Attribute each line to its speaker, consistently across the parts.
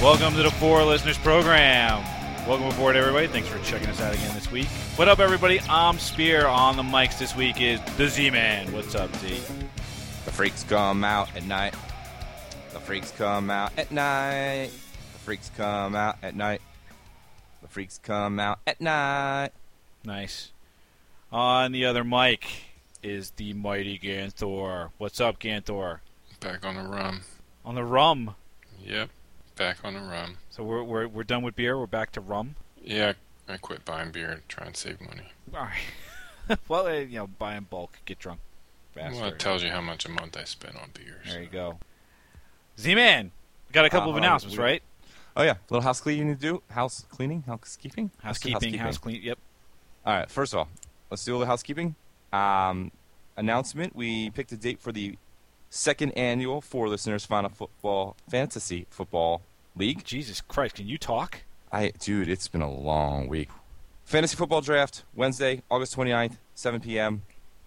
Speaker 1: Welcome to the Four Listeners Program. Welcome aboard, everybody. Thanks for checking us out again this week. What up, everybody? I'm Spear. On the mics this week is the Z Man. What's up, Z?
Speaker 2: The freaks come out at night. The freaks come out at night. The freaks come out at night. The freaks come out at night.
Speaker 1: Nice. On the other mic is the mighty Ganthor. What's up, Ganthor?
Speaker 3: Back on the rum.
Speaker 1: On the rum.
Speaker 3: Yep. Back on the rum.
Speaker 1: So we're, we're, we're done with beer. We're back to rum.
Speaker 3: Yeah, I quit buying beer to try and save money.
Speaker 1: All right. well, eh, you know, buy in bulk, get drunk faster.
Speaker 3: Well, it tells you how much a month I spend on beer. so-
Speaker 1: there you go. Z Man, got a couple of
Speaker 2: Uh,
Speaker 1: announcements,
Speaker 2: we-
Speaker 1: right?
Speaker 2: Oh yeah, little house cleaning to do. House cleaning, housekeeping, Let's do
Speaker 1: Housekeeping, house clean. Yep.
Speaker 2: All right, first of all, let's do a little housekeeping. Um, announcement: We picked a date for the second annual Four Listeners Final Football Fantasy Football League.
Speaker 1: Jesus Christ, can you talk?
Speaker 2: I dude, it's been a long week. Fantasy football draft Wednesday, August 29th, 7 p.m.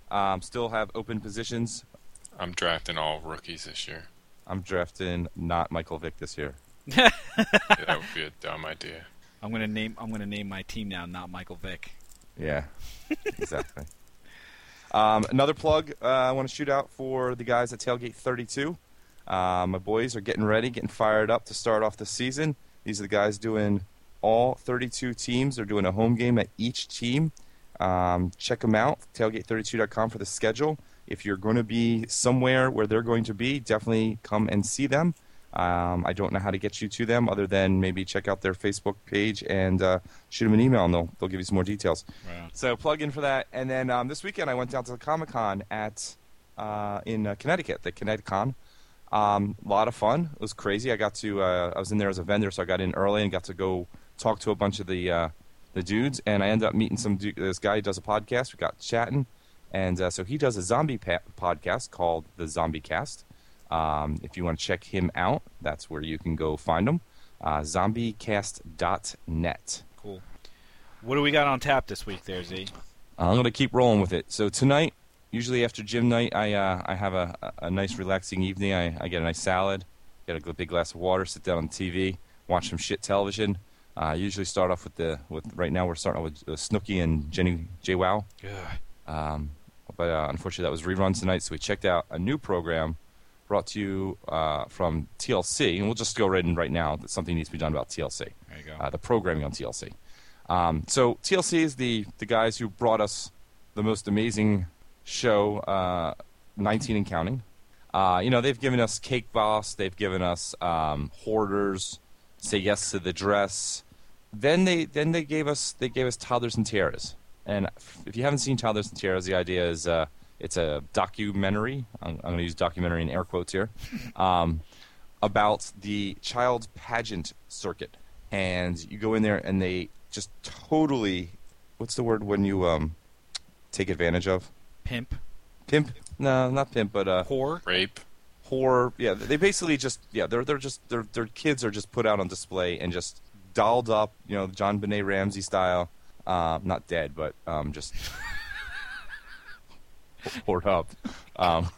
Speaker 2: Um, still have open positions.
Speaker 3: I'm drafting all rookies this year.
Speaker 2: I'm drafting not Michael Vick this year.
Speaker 3: Yeah, that would be a dumb idea.
Speaker 1: I'm gonna name I'm gonna name my team now, not Michael Vick.
Speaker 2: Yeah, exactly. um, another plug uh, I want to shoot out for the guys at Tailgate 32. Uh, my boys are getting ready, getting fired up to start off the season. These are the guys doing all 32 teams. They're doing a home game at each team. Um, check them out, tailgate32.com for the schedule. If you're going to be somewhere where they're going to be, definitely come and see them. Um, I don't know how to get you to them other than maybe check out their Facebook page and uh, shoot them an email, and they'll, they'll give you some more details. So plug in for that. And then um, this weekend I went down to the Comic Con at uh, in uh, Connecticut, the Connecticut Con. A um, lot of fun. It was crazy. I got to uh, I was in there as a vendor, so I got in early and got to go talk to a bunch of the uh, the dudes. And I ended up meeting some du- this guy who does a podcast. We got chatting, and uh, so he does a zombie pa- podcast called the Zombie Cast. Um, if you want to check him out, that's where you can go find him. Uh, zombiecast.net.
Speaker 1: Cool. What do we got on tap this week, there, Z?
Speaker 2: Uh, I'm gonna keep rolling with it. So tonight, usually after gym night, I uh, I have a, a nice relaxing evening. I, I get a nice salad, get a gl- big glass of water, sit down on the TV, watch some shit television. Uh, I usually start off with the with right now we're starting off with uh, Snooki and Jenny J Wow. Um, but uh, unfortunately, that was reruns tonight, so we checked out a new program brought to you uh, from TLC, and we'll just go right in right now that something needs to be done about TLC
Speaker 1: There you go.
Speaker 2: uh, the programming on TLC. Um, so TLC is the the guys who brought us the most amazing show, uh, 19 and counting. Uh, you know, they've given us Cake Boss, they've given us um, Hoarders, Say Yes to the Dress. Then they then they gave us they gave us Toddlers and Tiaras. And if you haven't seen Toddlers and Tiaras, the idea is uh, it's a documentary. I'm, I'm going to use documentary in air quotes here. Um, about the child pageant circuit, and you go in there and they just totally, what's the word when you um, take advantage of?
Speaker 1: Pimp.
Speaker 2: Pimp? No, not pimp, but uh,
Speaker 1: Whore.
Speaker 3: Rape?
Speaker 2: whore. Yeah, they basically just yeah, they're they're just their their kids are just put out on display and just dolled up, you know, John Benet Ramsey style. Um, not dead, but um, just whored up. Um,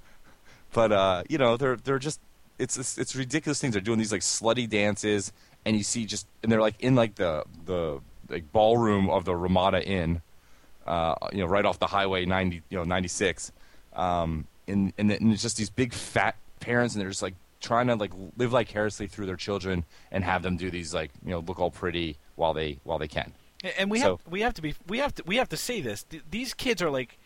Speaker 2: but uh, you know, they're they're just it's, it's it's ridiculous things. They're doing these like slutty dances, and you see just and they're like in like the the like ballroom of the Ramada Inn, uh, you know, right off the highway ninety you know ninety six, um, and and, then, and it's just these big fat parents, and they're just like trying to like live vicariously through their children and have them do these like you know look all pretty while they while they can.
Speaker 1: And we
Speaker 2: So-
Speaker 1: have we have to be we have to we have to say this. Th- these kids are like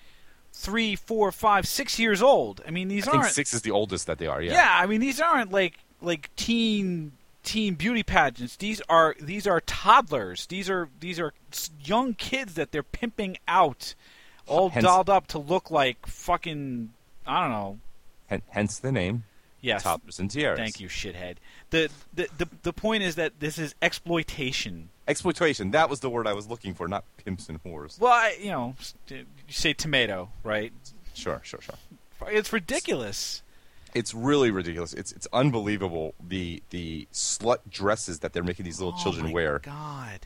Speaker 1: three, four, five, six years old. I mean, these
Speaker 2: I think
Speaker 1: aren't.
Speaker 2: six is the oldest that they are.
Speaker 1: yeah. I mean, these aren't like like teen teen beauty pageants. These are these are toddlers. These are these are s- young kids that they're pimping out, all
Speaker 2: Hence-
Speaker 1: dolled up to look like fucking I don't know.
Speaker 2: Hen- hence the name
Speaker 1: Yes,
Speaker 2: Toppers and Tiaras.
Speaker 1: Thank you, shithead. The, the the the point is that this is exploitation.
Speaker 2: Exploitation. That was the word I was looking for, not pimps and whores.
Speaker 1: Well, I, you know, st- you say tomato, right?
Speaker 2: Sure, sure, sure.
Speaker 1: It's ridiculous.
Speaker 2: It's really ridiculous. It's it's unbelievable the the slut dresses that they're making these little
Speaker 1: oh
Speaker 2: children
Speaker 1: my
Speaker 2: wear.
Speaker 1: God,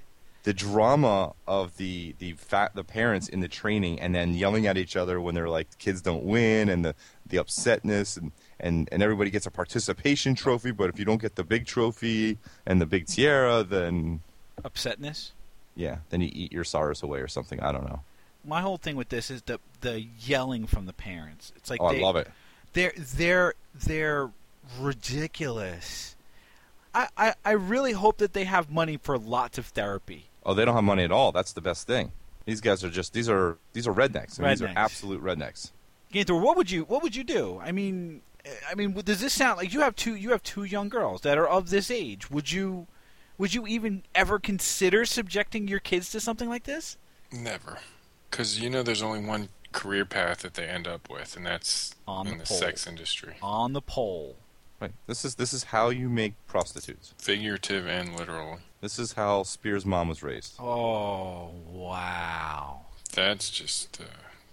Speaker 2: the drama of the the fat the parents in the training and then yelling at each other when they're like kids don't win and the the upsetness and and, and everybody gets a participation trophy but if you don't get the big trophy and the big tiara then
Speaker 1: Upsetness.
Speaker 2: yeah then you eat your sorrows away or something i don't know
Speaker 1: My whole thing with this is the the yelling from the parents. It's like
Speaker 2: oh
Speaker 1: they,
Speaker 2: i love it
Speaker 1: they're they're they're ridiculous. I, I, I really hope that they have money for lots of therapy.
Speaker 2: oh they don't have money at all that's the best thing these guys are just these are these are rednecks, I mean, these are
Speaker 1: Rednecks.
Speaker 2: absolute rednecks
Speaker 1: Ganthor, what would you what would you do? I mean, eh, I mean, w- does this sound like you have two you have two young girls that are of this age? Would you would you even ever consider subjecting your kids to something like this?
Speaker 3: Never. Because you know there's only one career path that they end up with, and that's
Speaker 1: On
Speaker 3: in
Speaker 1: the
Speaker 3: the
Speaker 1: pole.
Speaker 3: sex industry.
Speaker 1: On the pole.
Speaker 2: right this is this is how you make prostitutes
Speaker 3: Figurative and literal.
Speaker 2: this is how spears mom was raised
Speaker 1: Oh wow.
Speaker 3: That's just, uh,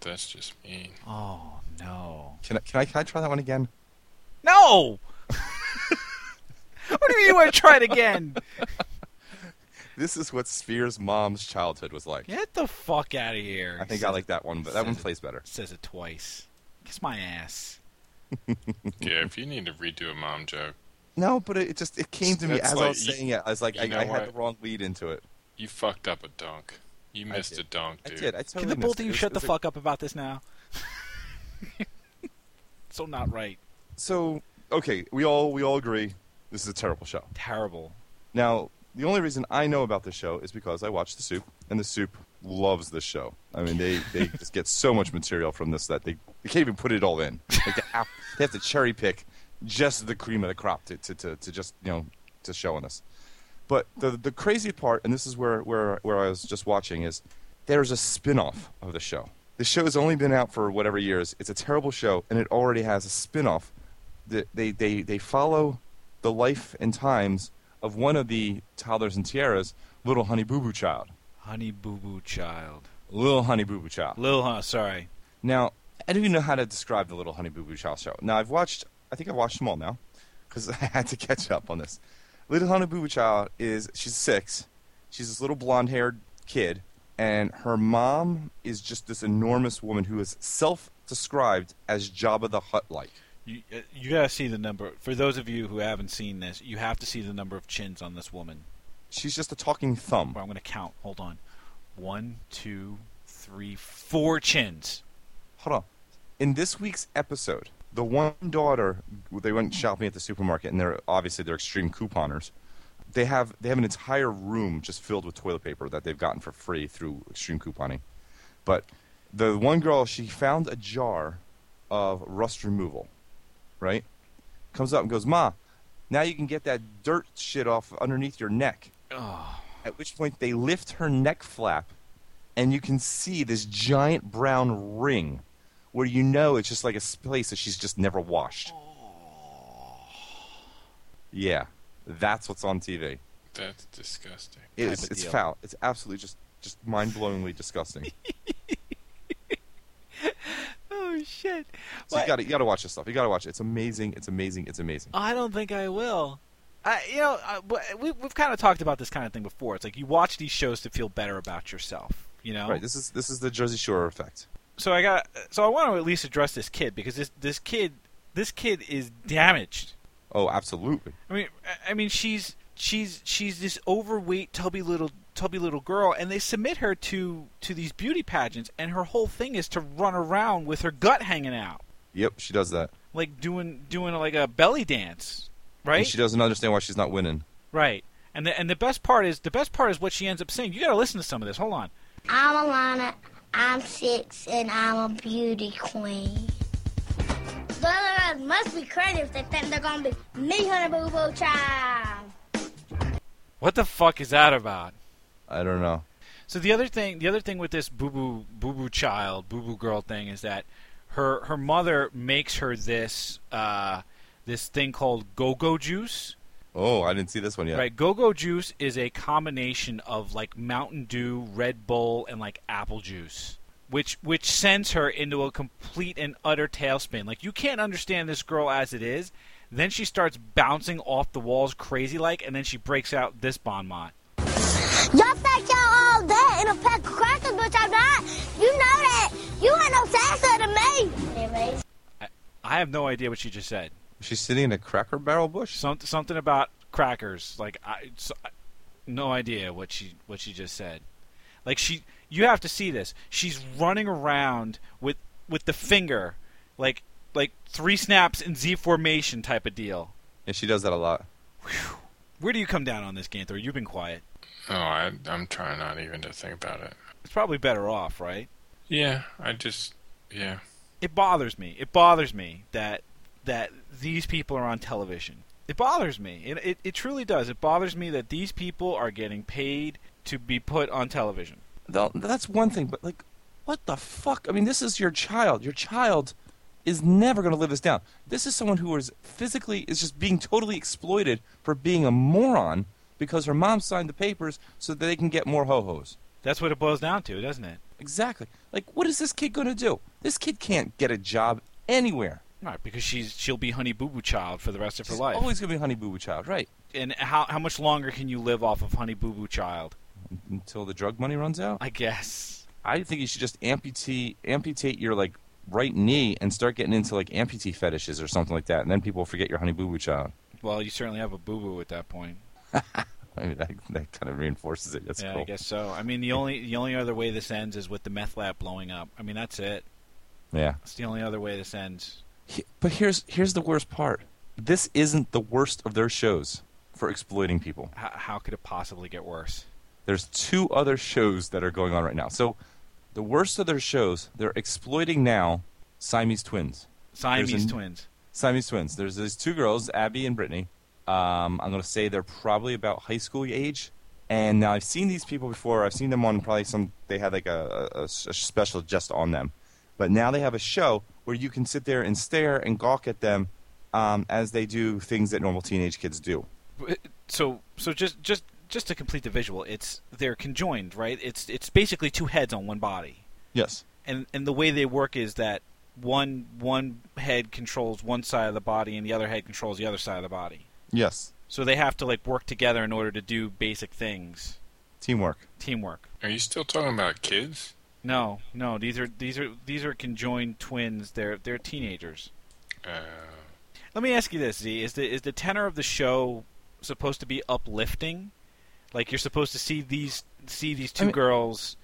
Speaker 3: that's just mean.
Speaker 1: Oh no.
Speaker 2: Can I, can I can I try that one again?
Speaker 1: No. what do you mean you want to try it again?
Speaker 2: This is what Spears' mom's childhood was like.
Speaker 1: Get the fuck out of here.
Speaker 2: I think I like that one, but that one plays better.
Speaker 1: says it twice. Kiss my ass.
Speaker 3: yeah, if you need to redo a mom joke,
Speaker 2: No, but it, it just it came to me
Speaker 3: It's
Speaker 2: as I
Speaker 3: like-
Speaker 2: was saying it. I was like,
Speaker 3: you
Speaker 2: I,
Speaker 3: know
Speaker 2: I had
Speaker 3: what?
Speaker 2: the wrong lead into it.
Speaker 3: you fucked up a dunk. You
Speaker 2: I
Speaker 3: missed
Speaker 2: did.
Speaker 3: a dunk,
Speaker 2: I
Speaker 3: dude.
Speaker 2: did. I totally
Speaker 1: Can the both of
Speaker 2: missed it.
Speaker 1: you
Speaker 2: It was-
Speaker 1: shut
Speaker 2: it
Speaker 1: the
Speaker 2: was a-
Speaker 1: fuck up about this now? so not right.
Speaker 2: So okay, we all we all agree this is a terrible show.
Speaker 1: Terrible.
Speaker 2: Now the only reason I know about this show is because I watch The Soup, and The Soup loves this show. I mean, they they just get so much material from this that they, they can't even put it all in. Like they, have, they have to cherry pick just the cream of the crop to, to, to, to just you know to show on us. But the the crazy part, and this is where where where I was just watching, is there's a spin-off of the show. The show has only been out for whatever years. It's a terrible show, and it already has a spin-off. They they they, they follow the life and times of one of the toddlers and tiaras, little Honey Boo Boo Child,
Speaker 1: Honey boo boo child.
Speaker 2: little Honey Boo Boo Child.
Speaker 1: Lil huh, sorry.
Speaker 2: Now, I don't even know how to describe the Little Honey Boo Boo Child show. Now, I've watched, I think I've watched them all now because I had to catch up on this. Little Honey Boo Boo Child is, she's six. She's this little blonde haired kid, and her mom is just this enormous woman who is self described as Jabba the Hutt like.
Speaker 1: You, uh, you gotta see the number. For those of you who haven't seen this, you have to see the number of chins on this woman.
Speaker 2: She's just a talking thumb.
Speaker 1: Well, I'm gonna count. Hold on. One, two, three, four chins.
Speaker 2: Hold on. In this week's episode, the one daughter they went shopping at the supermarket, and they're obviously they're extreme couponers. They have they have an entire room just filled with toilet paper that they've gotten for free through extreme couponing. But the one girl she found a jar of rust removal, right? Comes up and goes, "Ma, now you can get that dirt shit off underneath your neck."
Speaker 1: Oh,
Speaker 2: At which point they lift her neck flap, and you can see this giant brown ring, where you know it's just like a s- place that she's just never washed. Yeah, that's what's on TV.
Speaker 3: That's disgusting.
Speaker 2: It
Speaker 1: Type
Speaker 2: is,
Speaker 1: of
Speaker 2: it's
Speaker 1: deal.
Speaker 2: foul. It's absolutely just just mind-blowingly disgusting.
Speaker 1: oh shit.
Speaker 2: So
Speaker 1: What?
Speaker 2: you got to you got to watch this stuff. You got to watch it. It's amazing. It's amazing. It's amazing.
Speaker 1: I don't think I will. I, you know, I, but we, we've kind of talked about this kind of thing before. It's like you watch these shows to feel better about yourself. You know,
Speaker 2: Right. This is this is the Jersey Shore effect.
Speaker 1: so I got. So I want to at least address this kid because this this kid this kid is damaged.
Speaker 2: Oh, absolutely.
Speaker 1: I mean, I- I mean, she's she's she's this overweight, tubby little tubby little girl, and they submit her to to these beauty pageants, and her whole thing is to run around with her gut hanging out,
Speaker 2: Yep, she does that.
Speaker 1: like doing doing like a belly dance, right?
Speaker 2: And she doesn't understand why she's not winning.
Speaker 1: Right. And the and the best part is the best part is what she ends up saying. You got to listen to some of this. Hold on.
Speaker 4: I'm Alana. I'm six, and I'm a beauty queen. Those girls must be crazy if they think they're gonna be me, honey boo boo child.
Speaker 1: What the fuck is that about?
Speaker 2: I don't know.
Speaker 1: So the other thing, the other thing with this boo boo boo boo child, boo boo girl thing is that her her mother makes her this uh, this thing called go go juice.
Speaker 2: Oh, I didn't see this one yet.
Speaker 1: Right, go go juice is a combination of like Mountain Dew, Red Bull, and like apple juice, which which sends her into a complete and utter tailspin. Like you can't understand this girl as it is. Then she starts bouncing off the walls crazy like, and then she breaks out this bon mot.
Speaker 4: Y'all think y'all in a pack of crackers, bitch, I'm not. You know that. You ain't no faster than me. Anyways.
Speaker 1: I have no idea what she just said.
Speaker 2: She's sitting in a cracker barrel bush.
Speaker 1: Some, something about crackers. Like I, so, I- no idea what she what she just said. Like she, you have to see this. She's running around with with the finger, like like three snaps in Z formation type of deal.
Speaker 2: Yeah, she does that a lot.
Speaker 1: Where do you come down on this, Ganthor? You've been quiet.
Speaker 3: No, Oh, I, I'm trying not even to think about it.
Speaker 1: It's probably better off, right?
Speaker 3: Yeah, I just, yeah.
Speaker 1: It bothers me. It bothers me that that these people are on television. It bothers me. It, it it truly does. It bothers me that these people are getting paid to be put on television.
Speaker 2: Though, That's one thing, but like, what the fuck? I mean, this is your child. Your child is never going to live this down. This is someone who is physically is just being totally exploited for being a moron because her mom signed the papers so that they can get more ho hos.
Speaker 1: That's what it boils down to, doesn't it?
Speaker 2: Exactly. Like, what is this kid going to do? This kid can't get a job anywhere.
Speaker 1: Right, because she's she'll be Honey Boo Boo Child for the rest of her
Speaker 2: She's
Speaker 1: life.
Speaker 2: always going to be a Honey Boo Boo Child, right?
Speaker 1: and how how much longer can you live off of Honey Boo Boo Child?
Speaker 2: Until the drug money runs out.
Speaker 1: I guess.
Speaker 2: I think you should just amputate amputate your like right knee and start getting into like amputee fetishes or something like that, and then people will forget your honey boo boo child.
Speaker 1: Well, you certainly have a boo boo at that point.
Speaker 2: I mean, that, that kind of reinforces it. That's
Speaker 1: yeah,
Speaker 2: cool.
Speaker 1: I guess so. I mean, the only the only other way this ends is with the meth lab blowing up. I mean, that's it.
Speaker 2: Yeah.
Speaker 1: That's the only other way this ends.
Speaker 2: He- But here's here's the worst part. This isn't the worst of their shows for exploiting people.
Speaker 1: How, how could it possibly get worse?
Speaker 2: There's two other shows that are going on right now. So the worst of their shows, they're exploiting now Siamese twins.
Speaker 1: Siamese
Speaker 2: an-
Speaker 1: twins.
Speaker 2: Siamese twins. There's these two girls, Abby and Brittany. Um, I'm gonna say they're probably about high school age. And now I've seen these people before. I've seen them on probably some. They had like a, a, a s- a special just on them. But now they have a show where you can sit there and stare and gawk at them um, as they do things that normal teenage kids do.
Speaker 1: So so just just just to complete the visual, it's they're conjoined, right? It's it's basically two heads on one body.
Speaker 2: Yes.
Speaker 1: and and the way they work is that one one head controls one side of the body and the other head controls the other side of the body.
Speaker 2: Yes.
Speaker 1: So they have to like work together in order to do basic things,
Speaker 2: Teamwork.
Speaker 1: teamwork.
Speaker 3: Are you still talking about kids?
Speaker 1: No, no, these are these are these are conjoined twins. They're they're teenagers.
Speaker 3: Uh,
Speaker 1: Let me ask you this: Z, is the is the tenor of the show supposed to be uplifting? Like you're supposed to see these see these two
Speaker 2: mean-
Speaker 1: girls,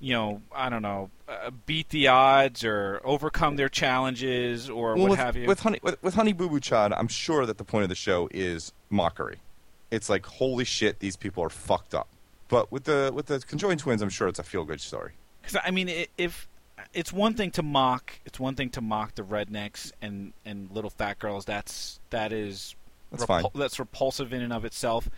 Speaker 1: you know, I don't know, uh, beat the odds or overcome their challenges or
Speaker 2: Well,
Speaker 1: what
Speaker 2: with,
Speaker 1: have you.
Speaker 2: With honey, with, with honey boo boo chad, I'm sure that the point of the show is mockery. It's like holy shit, these people are fucked up. But with the with the conjoined twins, I'm sure it's a feel good story.
Speaker 1: Because I mean, i- if it's one thing to mock, it's one thing to mock the rednecks and and little fat girls. That's that is
Speaker 2: That's
Speaker 1: repul-
Speaker 2: fine.
Speaker 1: That's repulsive in and of itself.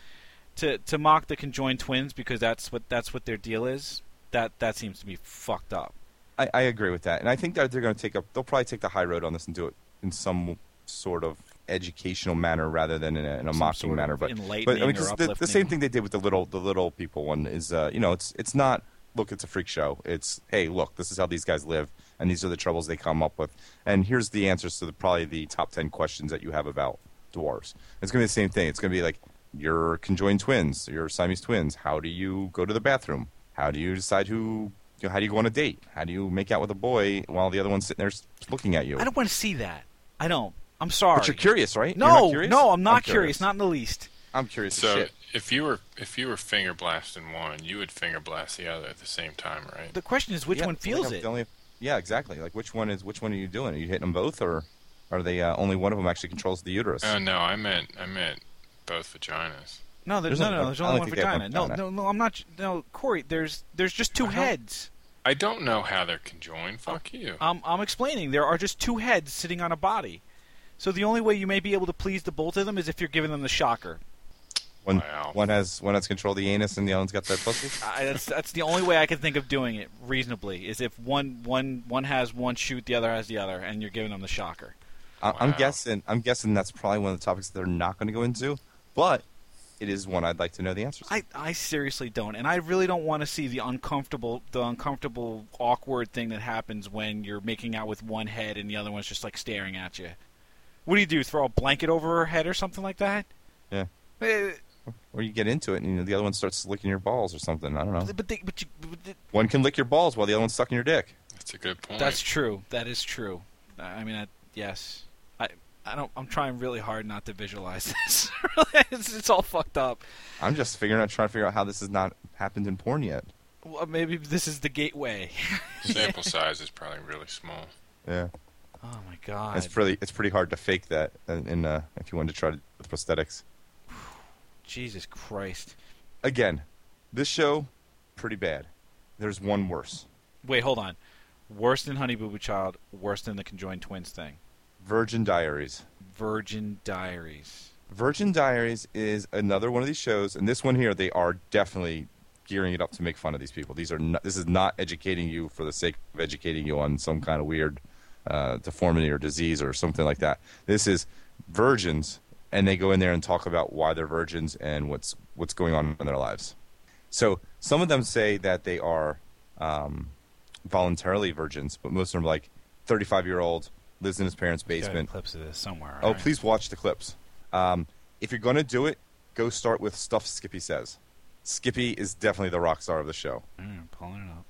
Speaker 1: To to mock the conjoined twins because that's what that's what their deal is. That that seems to be fucked up.
Speaker 2: I, I agree with that, and I think that they're going to take up. They'll probably take the high road on this and do it in some sort of educational manner rather than in a, in a
Speaker 1: Some
Speaker 2: mocking
Speaker 1: sort of
Speaker 2: manner. But but
Speaker 1: enlightening
Speaker 2: I mean,
Speaker 1: or
Speaker 2: 'cause the, the
Speaker 1: uplifting.
Speaker 2: same thing they did with the little the little people one is uh, you know it's it's not look it's a freak show. It's hey look this is how these guys live and these are the troubles they come up with and here's the answers to the, probably the top ten questions that you have about dwarves. It's going to be the same thing. It's going to be like you're conjoined twins, you're Siamese twins. How do you go to the bathroom? How do you decide who? You know, how do you go on a date? How do you make out with a boy while the other one's sitting there s- looking at you?
Speaker 1: I don't want to see that. I don't. I'm sorry.
Speaker 2: But you're curious, right? You're
Speaker 1: No,
Speaker 2: not curious?
Speaker 1: no, I'm not curious.
Speaker 2: curious.
Speaker 1: Not in the least.
Speaker 2: I'm curious. as
Speaker 3: so
Speaker 2: shit.
Speaker 3: if you were if you were finger blasting one, you would finger blast the other at the same time, right?
Speaker 1: The question is which
Speaker 2: Yeah,
Speaker 1: one
Speaker 2: so they
Speaker 1: feels
Speaker 2: have
Speaker 1: it.
Speaker 2: the only- yeah, exactly. Like which one is which one are you doing? Are you hitting them both, or are they uh, only one of them actually controls the uterus?
Speaker 3: Oh no, I meant I meant both vaginas.
Speaker 1: No, there's,
Speaker 2: There's
Speaker 1: no,
Speaker 2: only-
Speaker 1: no, There's
Speaker 2: I
Speaker 1: only
Speaker 2: don't
Speaker 1: one
Speaker 2: think they have
Speaker 1: vagina.
Speaker 2: one
Speaker 1: No,
Speaker 2: vagina.
Speaker 1: no, no. I'm not. No, Corey. There's there's just two
Speaker 3: I don't-
Speaker 1: heads.
Speaker 3: I don't know how they're conjoined. Fuck you.
Speaker 1: I'm, I'm explaining. There are just two heads sitting on a body. So the only way you may be able to please the both of them is if you're giving them the shocker.
Speaker 2: one
Speaker 3: Wow.
Speaker 2: one has one has control of the anus, and the other one's got the pussy.
Speaker 1: I, that's, that's the only way I can think of doing it reasonably is if one, one, one has one shoot, the other has the other, and you're giving them the shocker.
Speaker 2: I, I'm
Speaker 3: Wow.
Speaker 2: guessing. I'm guessing that's probably one of the topics that they're not going to go into, but it is one I'd like to know the answers. to.
Speaker 1: I, I seriously don't, and I really don't want to see the uncomfortable, the uncomfortable, awkward thing that happens when you're making out with one head and the other one's just like staring at you. What do you do? Throw a blanket over her head or something like that?
Speaker 2: Yeah.
Speaker 1: Eh,
Speaker 2: Or you get into it, and you know, the other one starts licking your balls or something. I don't know.
Speaker 1: But, they, but, you, but they-
Speaker 2: One can lick your balls while the other one's sucking your dick.
Speaker 3: That's a good point.
Speaker 1: that's true. That is true. I I mean, I, yes. I I don't. I'm trying really hard not to visualize this. it's, it's all fucked up.
Speaker 2: I'm just figuring out, trying to figure out how this has not happened in porn yet.
Speaker 1: Well, maybe this is the gateway.
Speaker 3: Sample size is probably really small.
Speaker 2: Yeah,
Speaker 1: Oh my god.
Speaker 2: it's pretty. It's pretty hard to fake that, in, in, uh, if you wanted to try to, with prosthetics.
Speaker 1: Jesus Christ.
Speaker 2: Again, this show, pretty bad. There's one worse.
Speaker 1: Wait, hold on. Worse than Honey Boo Boo Child. Worse than the conjoined twins thing.
Speaker 2: Virgin Diaries.
Speaker 1: Virgin Diaries.
Speaker 2: Virgin Diaries is another one of these shows, and this one here, they are definitely gearing it up to make fun of these people. These are not, this is not educating you for the sake of educating you on some kind of weird uh, deformity or disease or something like that. This is virgins, and they go in there and talk about why they're virgins and what's what's going on in their lives. So some of them say that they are um, voluntarily virgins, but most of them are like 35 year old lives in his parents'
Speaker 1: There's gotta be
Speaker 2: basement.
Speaker 1: clips of this somewhere.
Speaker 2: Oh,
Speaker 1: right?
Speaker 2: please watch the clips. Um, if you're going to do it, go start with stuff Skippy says. Skippy is definitely the rock star of the show.
Speaker 1: Mm, I'm pulling it up.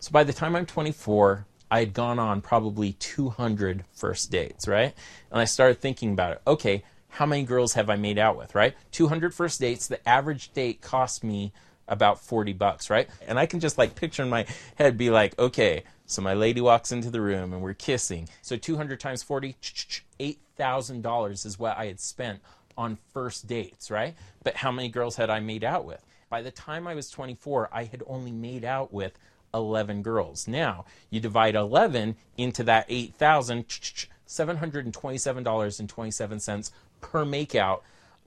Speaker 5: So by the time I'm 24, I had gone on probably 200 first dates, right? And I started thinking about it. Okay, how many girls have I made out with, right? 200 first dates. The average date cost me about 40 bucks, right? And I can just like picture in my head be like, okay, so my lady walks into the room and we're kissing. So 200 times 40, $8,000 is what I had spent on first dates, right? But how many girls had I made out with? By the time I was 24, I had only made out with 11 girls. Now, you divide 11 into that 8,000, $727.27 per makeout.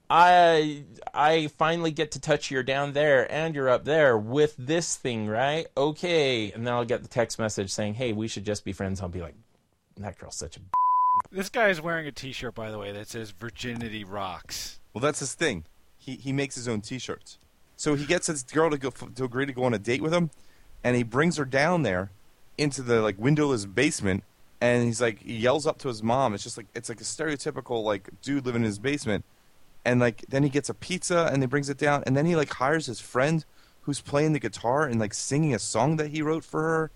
Speaker 5: I I finally get to touch you're down there and you're up there with this thing, right? Okay. And then I'll get the text message saying, "Hey, we should just be friends." I'll be like, "That girl's such a b-.
Speaker 1: This guy is wearing a T-shirt, by the way, that says "Virginity Rocks."
Speaker 2: Well, that's his thing. He he makes his own T-shirts. So he gets his girl to go to agree to go on a date with him, and he brings her down there into the like windowless basement, and he's like he yells up to his mom. It's just like it's like a stereotypical like dude living in his basement, and like then he gets a pizza and he brings it down, and then he like hires his friend who's playing the guitar and like singing a song that he wrote for her,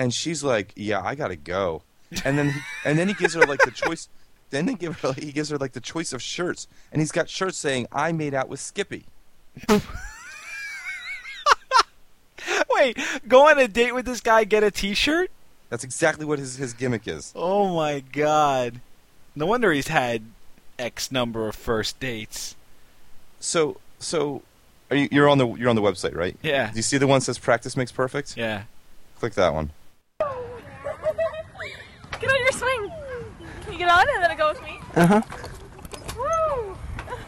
Speaker 2: and she's like, yeah, I gotta go, and then and then he gives her like the choice. Then they give her, he gives her like the choice of shirts, and he's got shirts saying "I made out with Skippy."
Speaker 1: Wait, go on a date with this guy, get a T-shirt?
Speaker 2: That's exactly what his his gimmick is.
Speaker 1: Oh my god! No wonder he's had X number of first dates.
Speaker 2: So so, are you, you're on the you're on the website, right?
Speaker 1: Yeah.
Speaker 2: Do you see the one that says "Practice makes perfect"?
Speaker 1: Yeah.
Speaker 2: Click that one.
Speaker 6: Get on your swing. Can you get on and then go with me?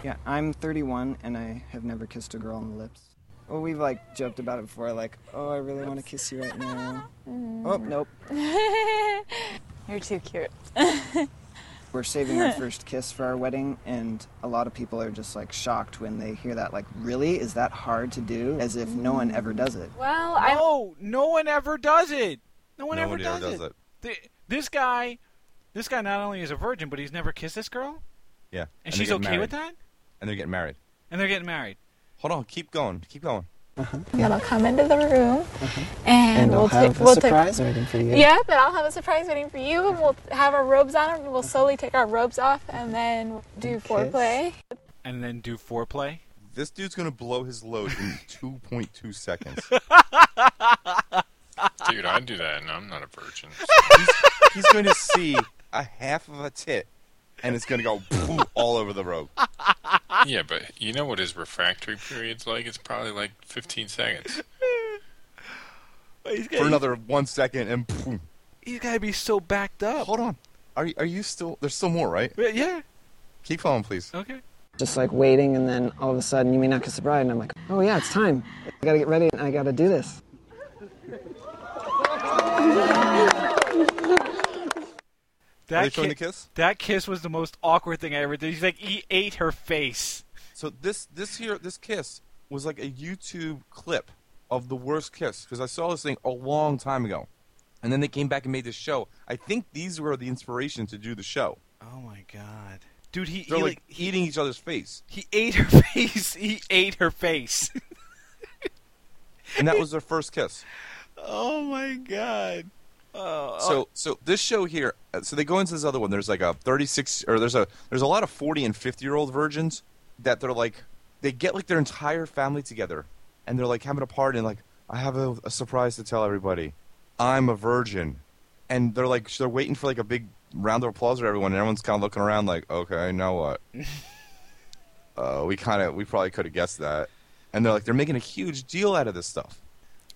Speaker 7: Yeah, I'm 31 and I have never kissed a girl on the lips. Well, we've like joked about it before, like, oh, I really want to kiss you right now. Oh, nope.
Speaker 6: Mm. You're too cute.
Speaker 7: We're saving our first kiss for our wedding, and a lot of people are just like shocked when they hear that. Like, really? Is that hard to do? As if no one ever does it.
Speaker 6: Mm. Well, I
Speaker 1: Oh, no one ever does it. No one ever
Speaker 2: Nobody
Speaker 1: does,
Speaker 2: ever
Speaker 1: it. Th- This guy, this guy not only is a virgin, but he's never kissed this girl,
Speaker 2: Yeah.
Speaker 1: and,
Speaker 2: they're
Speaker 1: she's
Speaker 2: getting
Speaker 1: okay with
Speaker 2: married.
Speaker 1: that,
Speaker 2: And they're getting married.
Speaker 1: and they're getting married.
Speaker 2: Hold on, keep going, keep going.
Speaker 6: and then I'll come into the room and,
Speaker 7: Uh-huh. And
Speaker 6: we'll
Speaker 7: I'll
Speaker 6: take
Speaker 7: have a
Speaker 6: we'll
Speaker 7: surprise waiting for you.
Speaker 6: take yeah, but I'll have a surprise waiting for you and we'll have our robes on and we'll slowly take our robes off and then do
Speaker 7: kiss.
Speaker 6: foreplay.
Speaker 1: And then do foreplay.
Speaker 2: This dude's gonna blow his load in 2.2 seconds.
Speaker 3: Dude, I do that and I'm not a virgin.
Speaker 2: He's, he's going to see a half of a tit, and it's gonna go boom, all over the robe.
Speaker 3: yeah, but you know what his refractory period's like? It's probably like 15 seconds.
Speaker 1: He's
Speaker 2: For another one second, and boom.
Speaker 1: he's got to be so backed up.
Speaker 2: Hold on. Are you- are you still? There's still more, right?
Speaker 1: But yeah.
Speaker 2: Keep going, please.
Speaker 1: Okay.
Speaker 7: Just like waiting, and then all of a sudden you may not kiss a bride, and I'm like, oh, yeah, it's time. I gotta get ready and I gotta do this.
Speaker 2: Are
Speaker 1: That
Speaker 2: they showing
Speaker 1: ki-
Speaker 2: the kiss?
Speaker 1: That kiss was the most awkward thing I ever did. He's like, he ate her face.
Speaker 2: So this this here this kiss was like a YouTube clip of the worst kiss because I saw this thing a long time ago, and then they came back and made this show. I think these were the inspiration to do the show.
Speaker 1: Oh my god. Dude, he he,
Speaker 2: They're like
Speaker 1: like,
Speaker 2: eating each other's face,
Speaker 1: he ate her face. He ate her face.
Speaker 2: and that was their first kiss.
Speaker 1: oh my god. Oh,
Speaker 2: So so this show here, uh, so they go into this other one. There's like a 36 or there's a there's a lot of 40 and 50 year old virgins that they're like they get like their entire family together and they're like having a party and like I have a, a surprise to tell everybody. I'm a virgin. And they're like they're waiting for like a big round of applause for everyone and everyone's kind of looking around like, "Okay, now what?" uh, we kind of we probably could have guessed that. And they're like they're making a huge deal out of this stuff.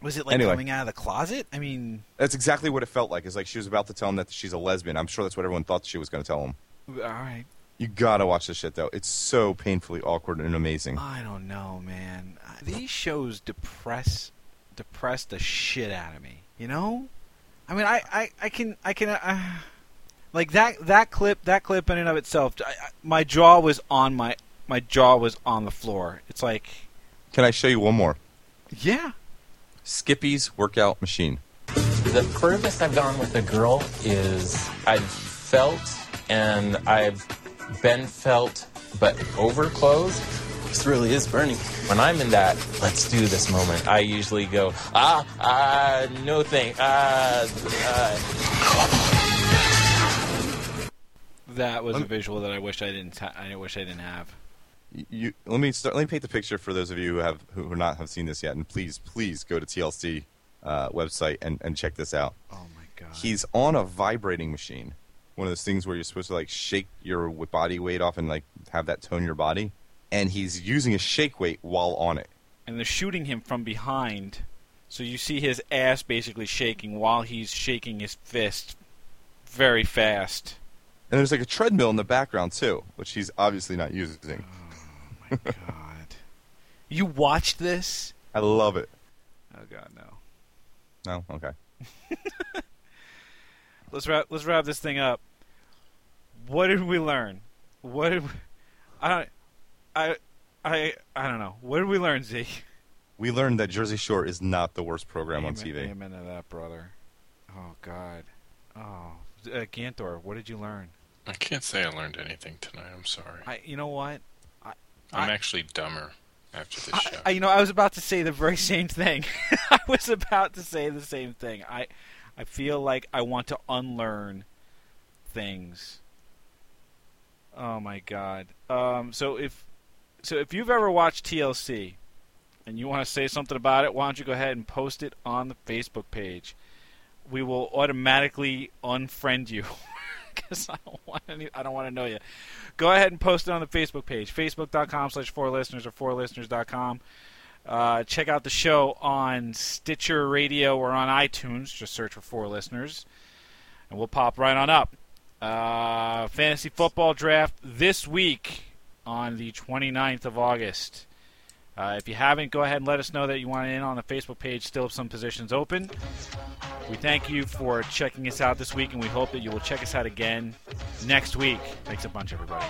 Speaker 1: was it like
Speaker 2: anyway.
Speaker 1: coming out of the closet? I mean,
Speaker 2: That's exactly what it felt like. It's like she was about to tell him that she's a lesbian. I'm sure that's what everyone thought she was going to tell him.
Speaker 1: all right.
Speaker 2: You gotta watch this shit though. It's so painfully awkward and amazing.
Speaker 1: I don't know, man. I- These shows depress depress the shit out of me. You know? I mean, I I, I can I can uh, like that that clip that clip in and of itself. I, I, my jaw was on my my jaw was on the floor. It's like
Speaker 2: Can I show you one more?
Speaker 1: yeah.
Speaker 2: Skippy's workout machine.
Speaker 5: The furthest I've gone with a girl is I've felt and I've been felt, but over clothes. This really is burning. When I'm in that let's do this moment, I usually go, ah, ah, no thing, ah, ah.
Speaker 1: That was a visual that I wish I didn't ha- I wish I didn't have.
Speaker 2: Y- You, let me start, let me paint the picture for those of you who have who are not have seen this yet. And please, please go to TLC uh, website and, and check this out.
Speaker 1: Oh my god.
Speaker 2: He's on a vibrating machine, one of those things where you're supposed to like shake your w- body weight off and like have that tone your body. And he's using a shake weight while on it.
Speaker 1: and they're shooting him from behind. So you see his ass basically shaking while he's shaking his fist very fast.
Speaker 2: And there's like a treadmill in the background too, which he's obviously not using.
Speaker 1: My God. You watched this?
Speaker 2: I love it.
Speaker 1: Oh God, no.
Speaker 2: No, okay.
Speaker 1: Let's wrap. Let's wrap this thing up. What did we learn? What did we, I don't. I. I. I don't know. What did we learn, Zeke?
Speaker 2: We learned that Jersey Shore is not the worst program on
Speaker 1: Amen-
Speaker 2: TV.
Speaker 1: Amen to that, brother. Oh God. Oh, uh, Gantor, what did you learn?
Speaker 3: I can't say I learned anything tonight. I'm sorry.
Speaker 1: I. You know what?
Speaker 3: I'm
Speaker 1: I-
Speaker 3: actually dumber after this show.
Speaker 1: I, I, you know, I was about to say the very same thing. I was about to say the same thing. I, I feel like I want to unlearn things. Oh my god. Um, so if, so if you've ever watched TLC, and you want to say something about it, why don't you go ahead and post it on the Facebook page? We will automatically unfriend you because I don't want any. I don't want to know you go ahead and post it on the Facebook page, facebook.com slash four listeners or four listeners.com. Uh, check out the show on Stitcher Radio or on iTunes. Just search for four listeners, and we'll pop right on up. Uh, fantasy football draft this week on the 29th of August. Uh, if you haven't, go ahead and let us know that you want in on the Facebook page. Still have some positions open. We thank you for checking us out this week, and we hope that you will check us out again next week. Thanks a bunch, everybody.